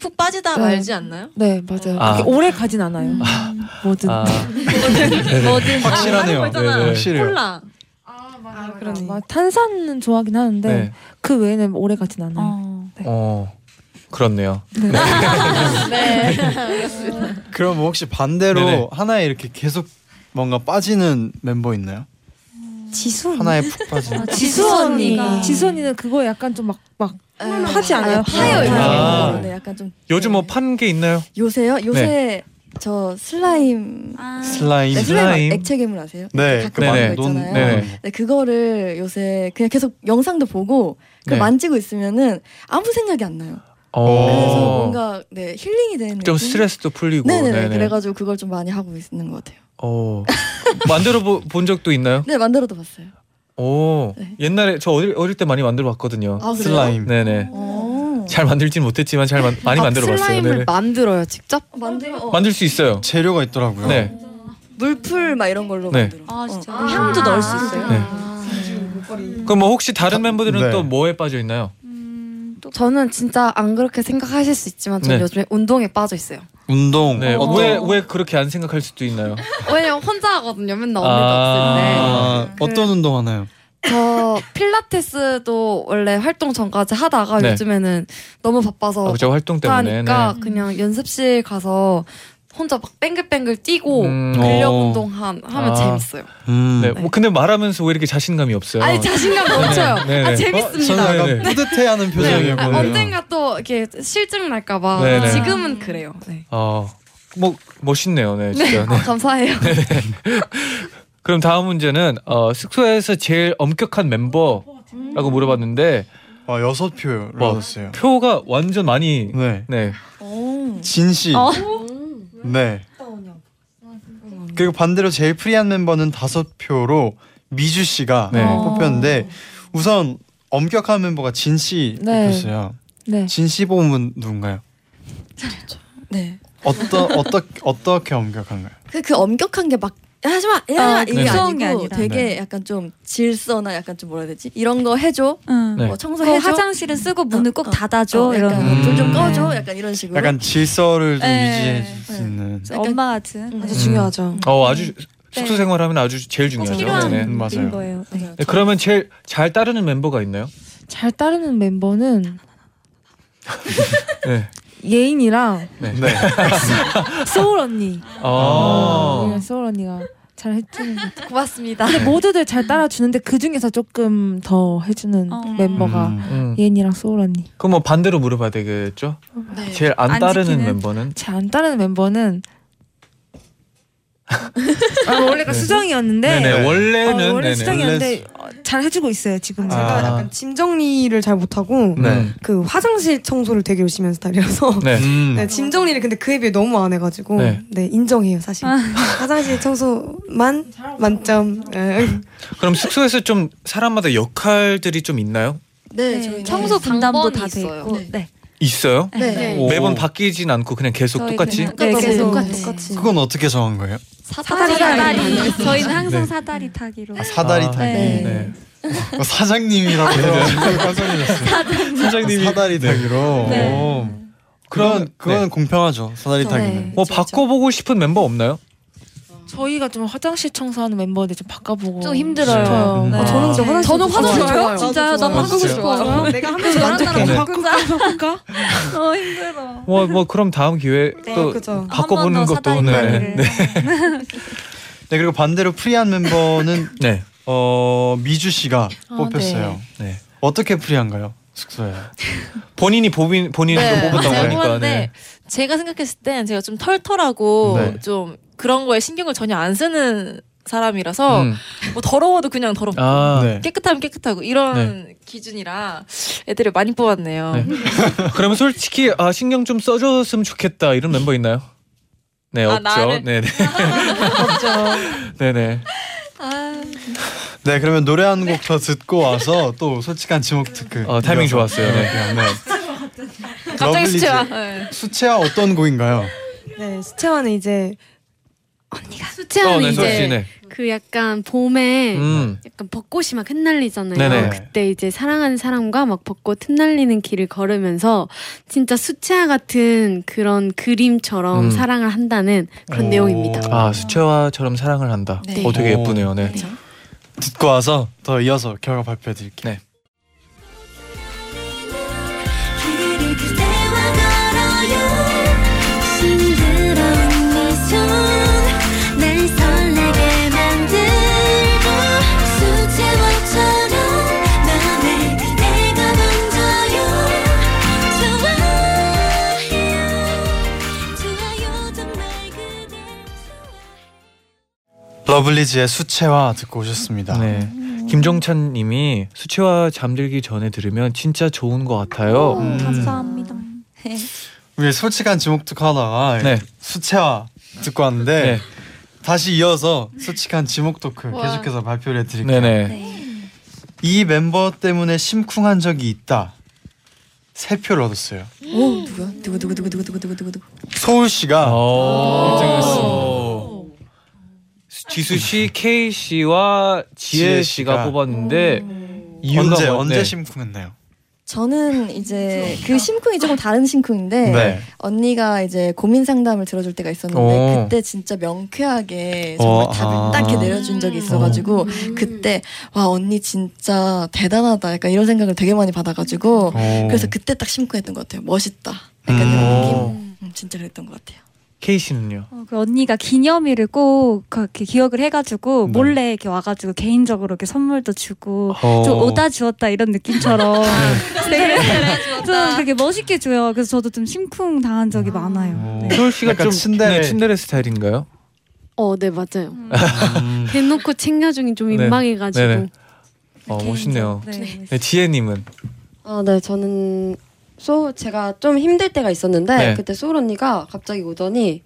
S8: 푹 빠지다
S3: 네.
S8: 말지 않나요?
S3: 네 맞아요.
S2: 아.
S3: 그렇게 오래 가진 않아요. 뭐든
S2: 아.
S3: 뭐든
S2: 뭐든. 확실하네요.
S10: 아,
S2: 네, 네. 확실해요.
S3: 콜라. 아 그러네. 막 탄산은 좋아하긴 하는데
S2: 네.
S3: 그 외에는 오래 가진 않아요.
S2: 어 그렇네요.
S8: 네.
S4: 그럼 뭐 혹시 반대로
S2: 네네.
S4: 하나에 이렇게 계속 뭔가 빠지는 멤버 있나요?
S7: 지수
S4: 하나에 푹 빠지는.
S3: 지수 언니가 지수 언니는 그거 약간 좀 막 막 하지 않아요?
S10: 파요 이렇게.
S2: 아.
S10: 네, 약간 좀
S2: 요즘 뭐 판 게 있나요?
S10: 요새요? 요새
S2: 네.
S10: 저 슬라임
S2: 슬라임.
S10: 네, 슬라임,
S2: 슬라임.
S10: 액체 괴물 아세요?
S2: 네.
S10: 가끔
S2: 네네.
S10: 많은 거 있잖아요.
S2: 논- 네네.
S10: 네, 그거를 요새 그냥 계속 영상도 보고 그
S2: 네.
S10: 만지고 있으면은 아무 생각이 안 나요. 그래서 뭔가 네 힐링이 되는
S2: 어. 좀
S10: 느낌?
S2: 스트레스도 풀리고.
S10: 네네네.
S2: 네네.
S10: 그래가지고 그걸 좀 많이 하고 있는 것 같아요.
S2: 어 만들어 보- 본 적도 있나요?
S10: 네 만들어도 봤어요.
S2: 오
S6: 네.
S2: 옛날에 저 어릴, 어릴 때 많이 만들어 봤거든요.
S10: 아, 그래요?
S4: 슬라임.
S2: 네네. 잘 만들진 못했지만 잘 만, 많이 만들어 봤어요.
S6: 아, 슬라임을
S2: 네네.
S6: 만들어요 직접?
S10: 만들어.
S2: 만들 수 있어요.
S4: 재료가 있더라고요.
S2: 네.
S10: 물풀 막 이런 걸로
S2: 네.
S10: 만들어. 아 진짜. 향도 넣을 수 있어요.
S2: 네. 그럼 뭐 혹시 다른 멤버들은
S4: 네.
S2: 또 뭐에 빠져 있나요?
S6: 저는 진짜 안 그렇게 생각하실 수 있지만 저는
S2: 네.
S6: 요즘에 운동에 빠져 있어요.
S2: 운동. 네.
S6: 어떤-
S2: 왜, 왜 그렇게 안 생각할 수도 있나요?
S6: 왜냐면 혼자 하거든요. 맨날 네.
S2: 아,
S6: 언니도 없을 때.
S4: 어떤 운동 하나요?
S6: 저 필라테스도 원래 활동 전까지 하다가
S2: 네.
S6: 요즘에는 너무 바빠서
S2: 아, 그죠. 활동 때문에,
S6: 하니까
S2: 네.
S6: 그냥 연습실 가서 혼자 막 뱅글뱅글 뛰고
S2: 음,
S6: 뭐 근력
S2: 어.
S6: 운동 한, 하면
S2: 아.
S6: 재밌어요.
S4: 음.
S2: 네. 뭐 근데 말하면서 왜 이렇게 자신감이 없어요?
S6: 아니 자신감 넘쳐요.
S2: 네네.
S6: 아
S2: 네네.
S6: 재밌습니다.
S2: 어, 저는 약간
S6: 네.
S4: 뿌듯해하는
S6: 아,
S2: 표정이었거든요.
S6: 언젠가 또 이렇게 실증 날까봐
S2: 네네.
S6: 지금은 그래요. 네.
S2: 어, 뭐 멋있네요. 네,
S6: 네.
S2: 진짜. 네.
S6: 아, 감사해요.
S2: 그럼 다음 문제는 어, 숙소에서 제일 엄격한 멤버라고 물어봤는데 뭐,
S4: 아 여섯 표를 얻었어요.
S2: 표가 완전 많이
S4: 네.
S2: 네.
S4: 진 씨.
S1: 어?
S4: 네. 그리고 반대로 제일 프리한 멤버는 다섯 표로 미주 씨가
S2: 네.
S4: 뽑혔는데 우선 엄격한 멤버가 진 씨
S10: 네.
S4: 뽑혔어요.
S10: 네.
S4: 진 씨 뽑은 누군가요?
S10: 네.
S4: 어떤 어떻 어떻게 엄격한가요?
S10: 그, 그 엄격한 게 막 하지마
S5: 아,
S10: 하지마 이게
S5: 무서운 게
S10: 아니고
S5: 아니라.
S10: 되게
S5: 네.
S10: 약간 좀 질서나 약간 좀 뭐라 해야 되지 이런 거 해줘
S5: 네.
S10: 뭐
S5: 그거
S10: 청소해줘
S5: 화장실은 쓰고 문을 꼭 닫아줘. 이런
S10: 약간 불 좀
S5: 음.
S10: 꺼줘 약간 이런 식으로
S4: 약간 질서를 좀
S5: 네.
S4: 유지해 줄 수 있는
S5: 엄마 같은.
S7: 아주 중요하죠.
S2: 음. 어 아주 숙소
S5: 네.
S2: 생활하면 아주 제일 중요하죠.
S5: 필요한
S2: 네.
S5: 인 거예요. 네.
S2: 네, 그러면 제일 잘 따르는 멤버가 있나요?
S3: 잘 따르는 멤버는
S2: 네.
S3: 예인이랑
S2: 네.
S3: 소울 언니.
S2: 아.
S3: 예인이랑 소울 언니가 잘 해주는 것 같아요.
S6: 고맙습니다.
S3: 근데 모두들 잘 따라주는데 그 중에서 조금 더 해주는
S9: 어.
S3: 멤버가
S2: 음, 음.
S3: 예인이랑 소울 언니.
S2: 그럼 뭐 반대로 물어봐야 되겠죠?
S3: 네.
S2: 제일 안,
S3: 안
S2: 따르는
S3: 지키는?
S2: 멤버는
S3: 잘 안 따르는 멤버는 아, 원래가
S2: 네.
S3: 수정이었는데
S2: 네네, 원래는,
S3: 어, 원래
S2: 네네.
S3: 수정이었는데 어, 잘 해주고 있어요 지금
S7: 제가 약간 짐 정리를 잘 못하고
S2: 네.
S7: 그 화장실 청소를 되게 열심히 하는 스타일이라서
S2: 네. 음.
S7: 네, 짐 정리를 근데 그에 비해 너무 안 해가지고
S2: 네.
S7: 네, 인정해요 사실 화장실 청소만 만점 예.
S2: 그럼 숙소에서 좀 사람마다 역할들이 좀 있나요?
S10: 네,
S5: 청소 분담도 다 돼
S6: 있어요.
S5: 있고. 네.
S2: 있어요?
S5: 네.
S2: 오. 매번 바뀌진 않고 그냥 계속
S5: 저희
S2: 똑같이?
S5: 그냥 네, 계속 똑같이.
S4: 그건 어떻게 정한 거예요?
S5: 사다리
S6: 사다리.
S5: 타기. 저희는 항상
S2: 네.
S5: 사다리 타기로.
S4: 아, 사다리 타기.
S5: 네.
S4: 네. 어,
S2: 네.
S4: 사장님이라고 해서 깜짝 놀랐어요. 사장님이 사다리 타기로.
S5: 네.
S4: 오. 그건 그건 공평하죠. 사다리 타기는.
S3: 네,
S2: 네. 뭐 바꿔보고 싶은 멤버 없나요?
S3: 저희가 좀 화장실 청소하는 멤버들 좀 바꿔보고
S9: 좀 힘들어요.
S3: 싶어요.
S9: 네. 아, 저는 진짜 화장실 저는 청소 화장실 좋아요. 좋아요. 진짜 나 바꾸고 싶어요.
S3: 내가 한
S9: 그래서
S3: 번씩
S9: 나랑
S3: 만족해.
S9: 나랑
S3: 바꿀까?
S9: 어 힘들어.
S2: 뭐 뭐 그럼 다음 기회
S9: 네,
S2: 또
S9: 그죠.
S2: 바꿔보는
S9: 한번더
S2: 것도
S4: 사다리
S2: 네. 네.
S4: 네 그리고 반대로 프리한 멤버는
S2: 네.
S4: 어 미주 씨가
S2: 아,
S4: 뽑혔어요.
S2: 네. 네.
S4: 어떻게 프리한가요? 숙소에.
S2: 본인이 본인 본인이
S8: 네,
S2: 또 뽑았다고
S8: 제가
S2: 하니까.
S8: 뽑았는데
S2: 네.
S8: 제가 생각했을 땐 제가 좀 털털하고
S2: 네.
S8: 좀 그런 거에 신경을 전혀 안 쓰는 사람이라서
S2: 음.
S8: 뭐 더러워도 그냥 더럽고
S2: 아. 네.
S8: 깨끗하면 깨끗하고 이런 기준이라 애들을 많이 뽑았네요.
S2: 그러면 솔직히 아 신경 좀 써줬으면 좋겠다 이런 멤버 있나요? 네
S8: 아,
S2: 없죠.
S8: 나를?
S2: 네네. 네네.
S4: 네 그러면 노래 한 곡 더 듣고 와서 또 솔직한 지목 특크.
S2: 어, 타이밍 좋았어요. 네.
S8: 갑자기
S4: 러블리즈.
S8: 수채화. 네.
S4: 수채화 어떤 곡인가요?
S7: 네, 수채화는 이제
S12: 수채화는
S4: 어, 네,
S12: 이제
S4: 소희 씨, 네.
S12: 그 약간 봄에
S2: 음.
S12: 약간 벚꽃이 막 흩날리잖아요.
S2: 네네.
S12: 그때 이제 사랑하는 사람과 막 벚꽃 흩날리는 길을 걸으면서 진짜 수채화 같은 그런 그림처럼
S2: 음.
S12: 사랑을 한다는 그런 내용입니다.
S2: 아 수채화처럼 사랑을 한다.
S12: 네.
S2: 어 되게 예쁘네요. 네.
S4: 듣고 와서 더 이어서 결과 발표해 드릴게요.
S2: 네.
S1: 길을 그대와 걸어요 싱그러운 미소 날 설레게 만들고 수채화처럼 맘에 그대가 번져요 좋아해요 좋아요 정말 그대
S4: 러블리즈의 수채화 아, 듣고 오셨습니다.
S2: 네. 김종찬님이 수채화 잠들기 전에 들으면 진짜 좋은 것 같아요. 음.
S5: 감사합니다.
S4: 우리 솔직한 지목 특크 하다가
S2: 네.
S4: 수채화 듣고 왔는데 다시 이어서 솔직한 지목 토크
S2: 와.
S4: 계속해서 발표를 해드릴게요.
S2: 네네.
S4: 이 멤버 때문에 심쿵한 적이 있다. 세 표를 얻었어요.
S10: 오 누구야? 누구 누구 누구 누구 누구 누구 누구 누구.
S4: 서울 씨가 어, 1등을 했습니다.
S2: 오. 지수 씨, K 씨와 지혜
S4: 지혜
S2: 씨가
S4: 씨가.
S2: 뽑았는데
S4: 음.
S2: 이유가
S4: 언제
S2: 뭐-
S4: 언제
S2: 네.
S4: 심쿵했나요?
S10: 저는 이제 그 심쿵이 조금 다른 심쿵인데
S4: 네.
S10: 언니가 이제 고민 상담을 들어줄 때가 있었는데
S4: 오.
S10: 그때 진짜 명쾌하게 정말
S4: 어,
S10: 답을
S4: 아.
S10: 딱히 내려준 적이 있어가지고 그때 와 언니 진짜 대단하다 약간 이런 생각을 되게 많이 받아가지고 그래서 그때 딱 심쿵했던 것 같아요 멋있다 약간 이런 느낌 음, 진짜 그랬던 것 같아요
S2: K 씨는요?
S5: 어, 그 언니가 기념일을 꼭 그렇게 기억을 해가지고
S2: 네.
S5: 몰래 이렇게 와가지고 개인적으로 이렇게 선물도 주고
S2: 어. 네.
S5: 좀 오다 주었다 이런 느낌처럼 되게 좀 되게 멋있게 줘요. 그래서 저도 좀 심쿵 당한 적이 많아요. 네.
S2: 서울 씨가
S4: 약간
S2: 좀
S4: 친데레.
S2: 네, 친데레 스타일인가요?
S12: 어, 네 맞아요. 대놓고 챙겨주긴 좀 음. 민망해가지고.
S2: 음. 네. 네네. 어 멋있네요.
S11: 네.
S2: 네. 지혜님은
S11: 아, 네, 저는 소 제가 좀 힘들 때가 있었는데
S2: 네.
S11: 그때 소울 언니가 갑자기 오더니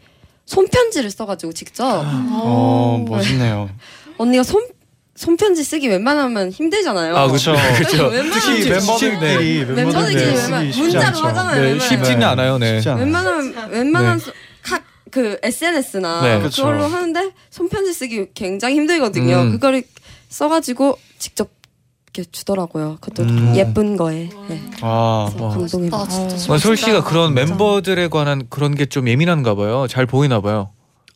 S11: 손편지를 써가지고 직접
S4: 어 멋있네요.
S11: 언니가 손 손편지 쓰기 웬만하면 힘들잖아요.
S2: 아, 그쵸, 그쵸.
S11: 어, 웬만하면
S4: 특히
S11: 진짜
S4: 멤버들끼리
S11: 네, 저는
S4: 멤버들끼리
S11: 이게
S4: 쓰기
S11: 웬만-
S4: 쉽지
S11: 문자로
S4: 않죠.
S11: 하잖아요.
S2: 네,
S11: 웬만하면.
S2: 쉽지는 않아요. 네.
S4: 쉽지 않아요.
S11: 웬만하면 웬만한
S2: 네.
S11: 소- 카- 그 SNS나
S2: 네, 그쵸.
S11: 그걸로 하는데 손편지 쓰기 굉장히 힘들거든요.
S2: 음.
S11: 그거를 써가지고 직접 이렇게 주더라고요. 그것도
S2: 음.
S11: 예쁜 거에 네.
S2: 아, 와, 와.
S11: 감동이 많아요.
S2: 어, 서울 씨가 그런 멤버들에 관한 그런 게 좀 예민한가 봐요. 잘 보이나 봐요.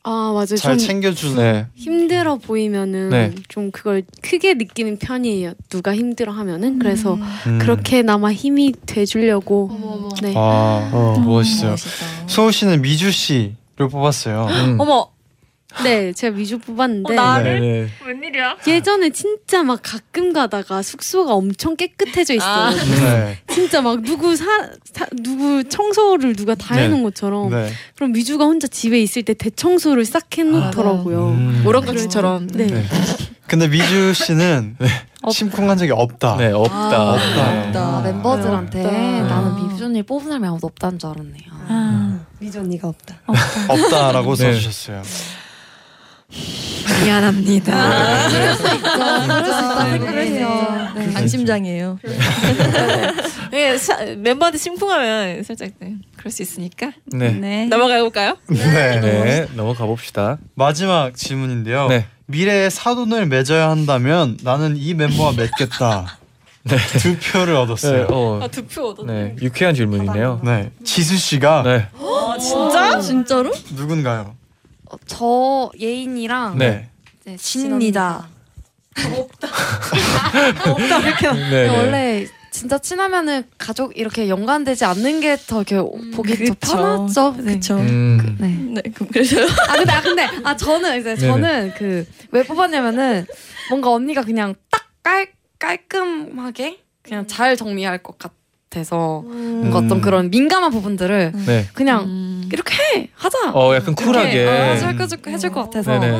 S12: 아 맞아요. 좀
S4: 챙겨주는.
S2: 네.
S12: 힘들어 보이면은
S2: 네.
S12: 좀 그걸 크게 느끼는 편이에요. 누가 힘들어 하면은 그래서
S4: 음.
S12: 그렇게나마 힘이 돼주려고. 네.
S4: 와 아, 멋있어요. 소우 씨는 미주 씨를 뽑았어요.
S2: 음.
S12: 어머. 네, 제가 미주 뽑았는데
S4: 음. 네, 네.
S12: 웬일이야? 예전에 진짜 막 가끔 가다가 숙소가 엄청 깨끗해져 있어.
S1: 아.
S4: 네.
S12: 진짜 막 누구 사, 사- 누구 청소를 누가 다
S4: 네.
S12: 해놓은 것처럼.
S4: 네.
S12: 그럼 미주가 혼자 집에 있을 때 대청소를 싹 해놓더라고요.
S8: 모란가지처럼.
S12: 네.
S4: 음. 네. 근데 미주 씨는 심쿵한 적이 없다.
S2: 네, 없다.
S4: 아.
S5: 네.
S4: 없다.
S13: 나
S2: 네.
S13: 멤버들한테
S5: 아.
S13: 나는 미주 언니 뽑은 사람이 아무도 없다는 줄 알았네요.
S5: 아.
S7: 미주 언니가 없다.
S4: 없다라고
S2: 네.
S4: 써주셨어요.
S5: 아.
S13: 미안합니다.
S10: 그럴 수 있죠 그럴 수 있다
S6: 아,
S8: 네,
S10: 생각해요
S8: 네.
S10: 안심장이에요
S8: 예, 사- 멤버한테 심쿵하면 살짝 네, 그럴 수 있으니까.
S2: 네.
S8: 넘어가 볼까요?
S4: 네.
S2: 네, 넘어가 봅시다.
S4: 마지막
S2: 네.
S4: 질문인데요. 미래에 사돈을 맺어야 한다면 나는 이 멤버와 맺겠다. 두 표를 얻었어요.
S2: 네, 어. 아,
S10: 두 표 얻었네.
S2: 네, 유쾌한 질문이네요.
S4: 네, 지수 씨가
S2: 네.
S10: 아, 진짜? 진짜로?
S4: 누군가요?
S6: 어. 저 예인이랑
S2: 네.
S6: 이제 진니다.
S10: 없다 이렇게.
S2: 네, 네.
S6: 원래 진짜 친하면은 가족 이렇게 연관되지 않는 게 더 이렇게 보기 더 편하죠. 네.
S10: 그렇죠.
S2: 음.
S6: 네.
S10: 음, 네, 그럼 그래서
S6: 아 근데 아 근데 아 저는 이제
S10: 네네.
S6: 저는 그 왜 뽑았냐면은 뭔가 언니가 그냥 딱 깔 깔끔하게 그냥 잘 정리할 것 같아서
S10: 음.
S6: 뭔가 어떤 그런 민감한 부분들을
S2: 네.
S6: 그냥
S11: 음.
S6: 이렇게 해, 하자.
S2: 어, 약간 쿨하게. 음.
S6: 해줄 해줄 것 같아서.
S2: 네네.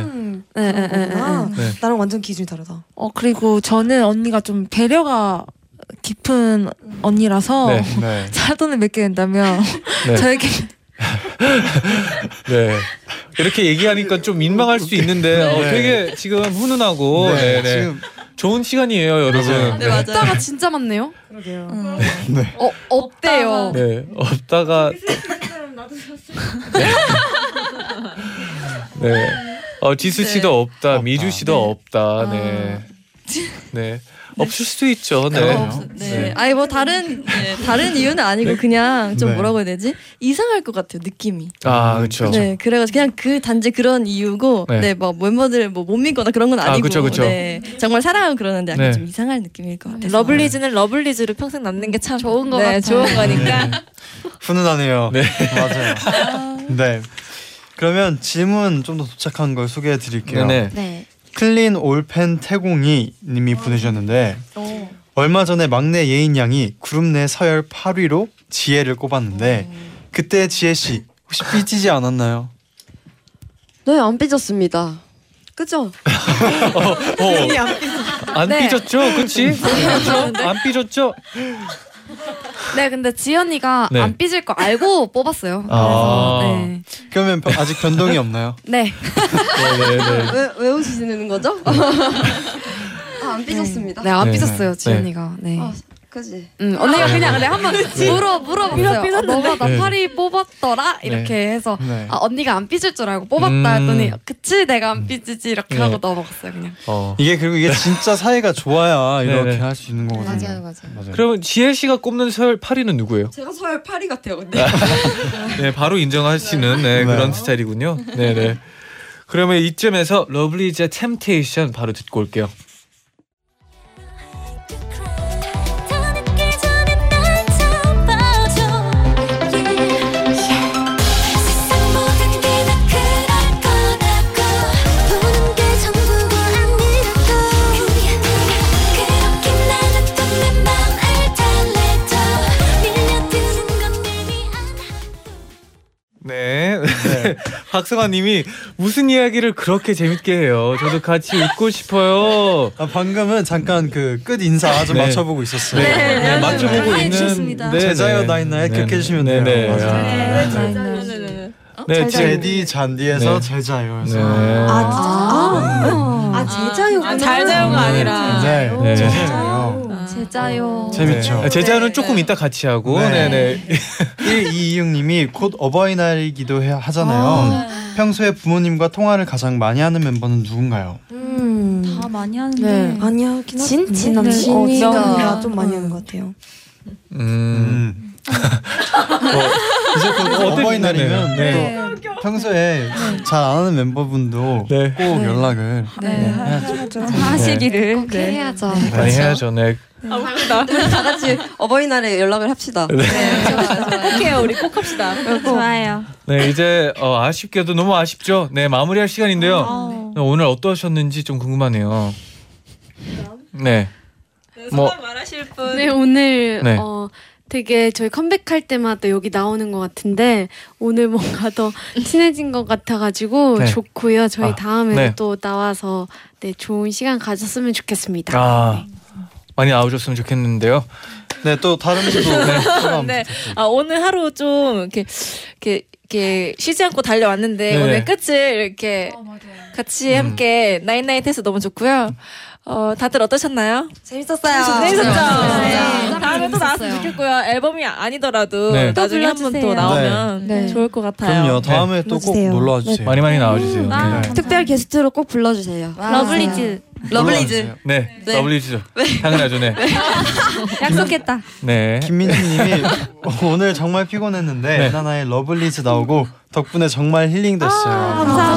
S3: 예,
S6: 네, 네, 네, 네.
S3: 아,
S2: 네.
S3: 나랑 완전 기준이 다르다. 어 그리고 저는 언니가 좀 배려가 깊은 언니라서
S2: 네, 네.
S3: 사돈을 맺게 된다면
S2: 네.
S3: 저에게
S2: 네. 이렇게 얘기하니까 좀 민망할 수 있는데 어,
S4: 네.
S2: 되게 지금 훈훈하고
S4: 네,
S2: 네, 네.
S4: 지금-
S2: 좋은 시간이에요, 여러분.
S6: 네, 맞아요. 없다가 진짜 많네요. 그러게요.
S2: 네.
S6: 어, 없대요.
S2: 네. 없다가 네. 어, 지수 씨도 없다. 미주 씨도
S6: 아.
S2: 없다. 네. 네. 없을 수도 있죠. 네.
S10: 네. 아니 뭐 다른 네, 다른 이유는 아니고 그냥 좀
S2: 네.
S10: 뭐라고 해야 되지? 이상할 것 같아요 느낌이.
S2: 아, 그렇죠.
S10: 네, 그래가지고 그냥 그 단지 그런 이유고,
S2: 네.
S10: 네, 막 멤버들 뭐 못 믿거나 그런 건
S2: 아,
S10: 아니고,
S2: 그쵸, 그쵸.
S10: 네, 정말 사랑하고 그러는데 약간
S2: 네.
S10: 좀 이상할 느낌일 것 같아요.
S8: 러블리즈는 러블리즈로 평생 남는 게 참 좋은
S10: 것 같아요.
S8: 좋은 거니까.
S4: 훈훈하네요. 네. 맞아요. 네. 그러면 질문 좀 더 도착한 걸 소개해 드릴게요.
S2: 네네.
S8: 네.
S4: 클린 올펜 태공이 님이
S6: 아.
S4: 보내셨는데
S6: 어.
S4: 얼마 전에 막내 예인 양이 그룹 내 서열 8위로 지혜를 꼽았는데
S6: 네.
S4: 그때 지혜 씨 혹시 삐지지 않았나요?
S11: 네, 안 삐졌습니다. 그죠?
S2: 어, 안
S6: 네.
S2: 삐졌죠? 그치? 안 삐졌죠?
S6: 네, 근데 지연이가
S4: 네.
S6: 안 삐질 거 알고 뽑았어요.
S4: 아.
S6: 그래서, 네.
S4: 그러면 변- 아직 변동이 없나요?
S6: 네.
S2: 네네네.
S11: 왜, 왜 오시는 거죠? 아, 안 삐졌습니다. 아,
S6: 네, 안
S2: 네,
S6: 삐졌어요,
S2: 네.
S6: 지연이가. 네.
S11: 그지?
S6: 음, 언니가 그냥 근데 한번
S2: 그치?
S6: 물어 물어봤어요.
S11: 삐졌-
S6: 어, 너가 나
S2: 네.
S6: 파리 뽑았더라 이렇게
S2: 네.
S6: 해서
S2: 네.
S6: 아, 언니가 안 삐질 줄 알고 뽑았다
S4: 음.
S6: 했더니 그치 내가 안 삐지지 이렇게
S4: 네.
S6: 하고 넘어갔어요 그냥.
S4: 이게 그리고 이게 진짜 사이가 좋아야 이렇게 할 수 있는 거거든요. 맞아요.
S2: 네, 그러면 지혜 씨가 꼽는 서열 8위는 누구예요?
S10: 제가 서열 8위 같아요, 근데.
S2: 네, 바로 인정하시는 네, 그런 스타일이군요. 네, 네. 그러면 이쯤에서 러블리즈의 템테이션 바로 듣고 올게요.
S1: 더 늦기 전에 날 잡아줘 세상 모든 게 다 그럴 거라고 보는 게 전부가 아니라고 그렇게 나눴던 내 맘을 달래줘 밀려드는 건 내게
S2: 네. 박성환 님이 무슨 이야기를 그렇게 재밌게 해요. 저도 같이 웃고 싶어요.
S4: 아, 방금은 잠깐 그 끝 인사 좀
S2: 네.
S4: 맞춰보고 있었어요.
S2: 네, 네, 네,
S4: 맞춰보고
S2: 네,
S4: 있는
S2: 네, 네.
S4: 제자여 나인나에
S2: 네,
S4: 기억해
S2: 네.
S4: 주시면
S2: 네,
S4: 돼요.
S2: 네.
S4: 맞아요.
S2: 아,
S4: 네,
S2: 제자요.
S4: 제디 잔디에서
S2: 네.
S4: 제자요에서
S2: 네.
S1: 아,
S14: 아,
S3: 아, 아 제자요구나.
S8: 잘자요가 아니라.
S4: 네.
S2: 네.
S4: 제자요.
S11: 아.
S6: 제자요.
S4: 재밌죠.
S2: 네, 제자는 조금 이따 같이 하고. 네, 네.
S4: 1226님이 곧 어버이날이기도 해- 하잖아요. 평소에 부모님과 통화를 가장 많이 하는 멤버는 누군가요?
S10: 음.
S5: 다 많이 하는데
S7: 음. 네. 많이 하긴 하죠.
S5: 진? 진이나
S7: 네. 어,
S5: 진이가
S7: 진이가 좀 많이 하는 것 같아요.
S2: 음.
S4: 어, 이제 곧
S2: 어떤
S4: 어버이날이면
S2: 네, 네. 네.
S4: 또 평소에
S14: 네.
S4: 잘 안 하는 멤버분도 꼭 연락을 네.
S11: 아, 하시기를. 네.
S6: 해야죠.
S2: 많이 해야죠. 네.
S11: 아, 웃기다. 우리 다 같이 어버이날에 연락을 합시다. 네. 꼭 해요. 우리 꼭 합시다.
S5: 좋아요.
S2: 네, 이제 어, 아쉽게도 너무 아쉽죠. 네, 마무리할 시간인데요.
S4: 아,
S2: 네, 오늘 어떠셨는지 좀 궁금하네요. 네. 뭐
S8: 말하실 분.
S12: 네 오늘
S2: 네.
S12: 어 되게 저희 컴백할 때마다 여기 나오는 것 같은데 오늘 뭔가 더 친해진 것 같아가지고
S2: 네.
S12: 좋고요. 저희
S2: 아,
S12: 다음에도
S2: 네.
S12: 또 나와서 네 좋은 시간 가졌으면 좋겠습니다.
S2: 아, 많이 나오셨으면 좋겠는데요.
S4: 네, 또 다른
S10: 네. 아, 오늘 하루 좀 이렇게 이렇게 이렇게 쉬지 않고 달려왔는데
S2: 네네.
S10: 오늘 끝을 이렇게 같이 함께 나잇나잇해서 너무 좋고요. 어, 다들 어떠셨나요?
S8: 재밌었어요.
S10: 재밌었죠.
S8: 재밌었어요.
S10: 네. 다음에 또 나왔으면 좋겠고요. 앨범이 아니더라도
S2: 네. 또
S10: 나중에 한 번 또
S8: 불러주세요.
S10: 나오면 좋을 것 같아요.
S4: 그럼요. 다음에 또 꼭
S11: 불러주세요. 아,
S4: 놀러 와주세요.
S2: 많이 많이 나와주세요. 네.
S11: 특별 게스트로 꼭 불러주세요.
S8: 러블리즈.
S11: 네.
S8: 러블리즈.
S2: 네,
S8: 네.
S2: 러블리즈죠. 당연하죠, 네.
S5: 약속했다.
S2: 네.
S4: 김민지님이 오늘 정말 피곤했는데 나나의 러블리즈 나오고 덕분에 정말 힐링 됐어요.
S14: 아.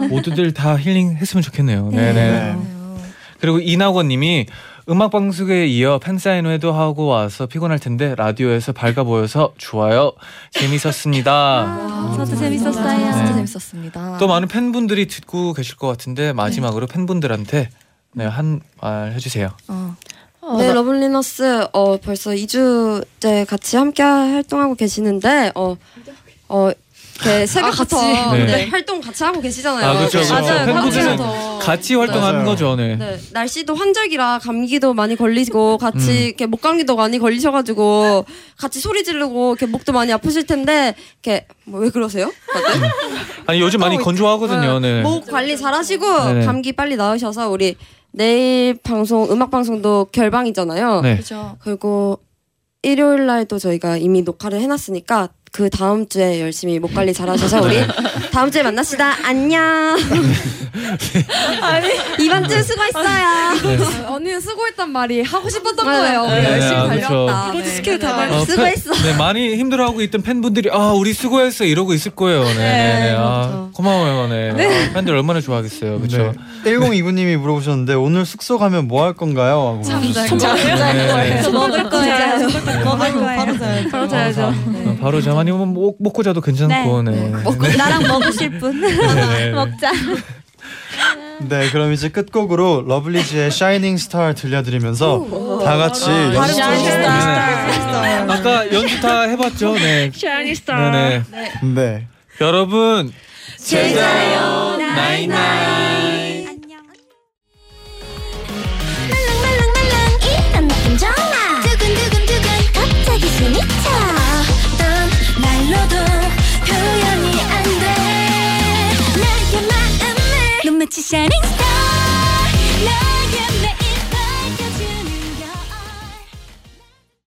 S14: 네.
S2: 모두들 다 힐링했으면 좋겠네요. 네, 네. 그리고 이낙원님이 음악 방송에 이어 팬 사인회도 하고 와서 피곤할 텐데 라디오에서 밝아 보여서 좋아요. 재밌었습니다.
S10: 저도
S8: 아, 재밌었어요.
S10: 진짜
S2: 네.
S10: 재밌었습니다.
S5: 아.
S2: 또 많은 팬분들이 듣고 계실 것 같은데 마지막으로 팬분들한테 네, 한 말 해주세요.
S8: 어.
S11: 네, 러블리너스 어, 벌써 2주째 같이 함께 활동하고 계시는데 어, 어, 이렇게 새벽부터
S8: 아, 같이?
S11: 네.
S8: 네.
S11: 활동 같이 하고 계시잖아요.
S2: 아, 그렇죠. 그렇죠.
S11: 네, 맞아요.
S2: 팬분들은
S11: 더-
S2: 같이 활동하는
S11: 맞아요.
S2: 거죠, 네.
S11: 네, 날씨도 환절기라 감기도 많이 걸리고 같이
S2: 음.
S11: 이렇게 목 감기도 많이 걸리셔가지고 같이 소리 지르고 이렇게 목도 많이 아프실 텐데 이렇게 뭐 왜 그러세요?
S2: 아니 요즘 많이 건조하거든요. 네.
S11: 목 관리 잘하시고
S2: 네네.
S11: 감기 빨리 나으셔서 우리 내일 방송 음악 방송도 결방이잖아요.
S2: 네.
S10: 그죠.
S11: 그리고 일요일 날도 저희가 이미 녹화를 해놨으니까 그 다음 주에 열심히 목 관리 잘하셔서
S2: 네.
S11: 우리 다음 주에 만납시다. 안녕. 이번 주 수고했어요.
S6: 네. 언니는 쓰고 있단 말이 하고 싶었던
S11: 네.
S6: 거예요.
S2: 네, 네,
S6: 어, 열심히
S2: 아, 그렇죠.
S6: 달렸다.
S11: 이번 주 스케줄 다
S2: 어, 팬- 네, 많이 힘들어하고 있던 팬분들이 아 우리 수고했어 이러고 있을 거예요. 네, 네, 네. 아, 고마워요, 네. 아, 팬들 얼마나 좋아하겠어요,
S11: 네.
S2: 그렇죠?
S4: 1029님이 네. 물어보셨는데 오늘 숙소 가면 뭐 할 건가요? 하고
S14: 네.
S2: 네.
S14: 먹을 거예요. 먹을 거예요. 바로 자야죠.
S2: 어, 바로 잠 아니면 먹, 먹고 자도 괜찮고, 네. 네.
S14: 나랑 먹으실 분
S2: 네.
S14: 먹자.
S4: 네, 그럼 이제 끝곡으로 러블리즈의 샤이닝 스타 들려드리면서 아, 다 같이 연습 좀
S2: 아까 연주 다 해봤죠, 네.
S14: 샤이니스타.
S2: 네, 네. 여러분
S14: 제자요 나이나이.
S1: 말랑말랑 이런 느낌 좋아 두근두근두근 갑자기 숨이 차 어떤 말로도 표현이 안 돼 나의 마음을 눈 맞추 샤닝 스타 너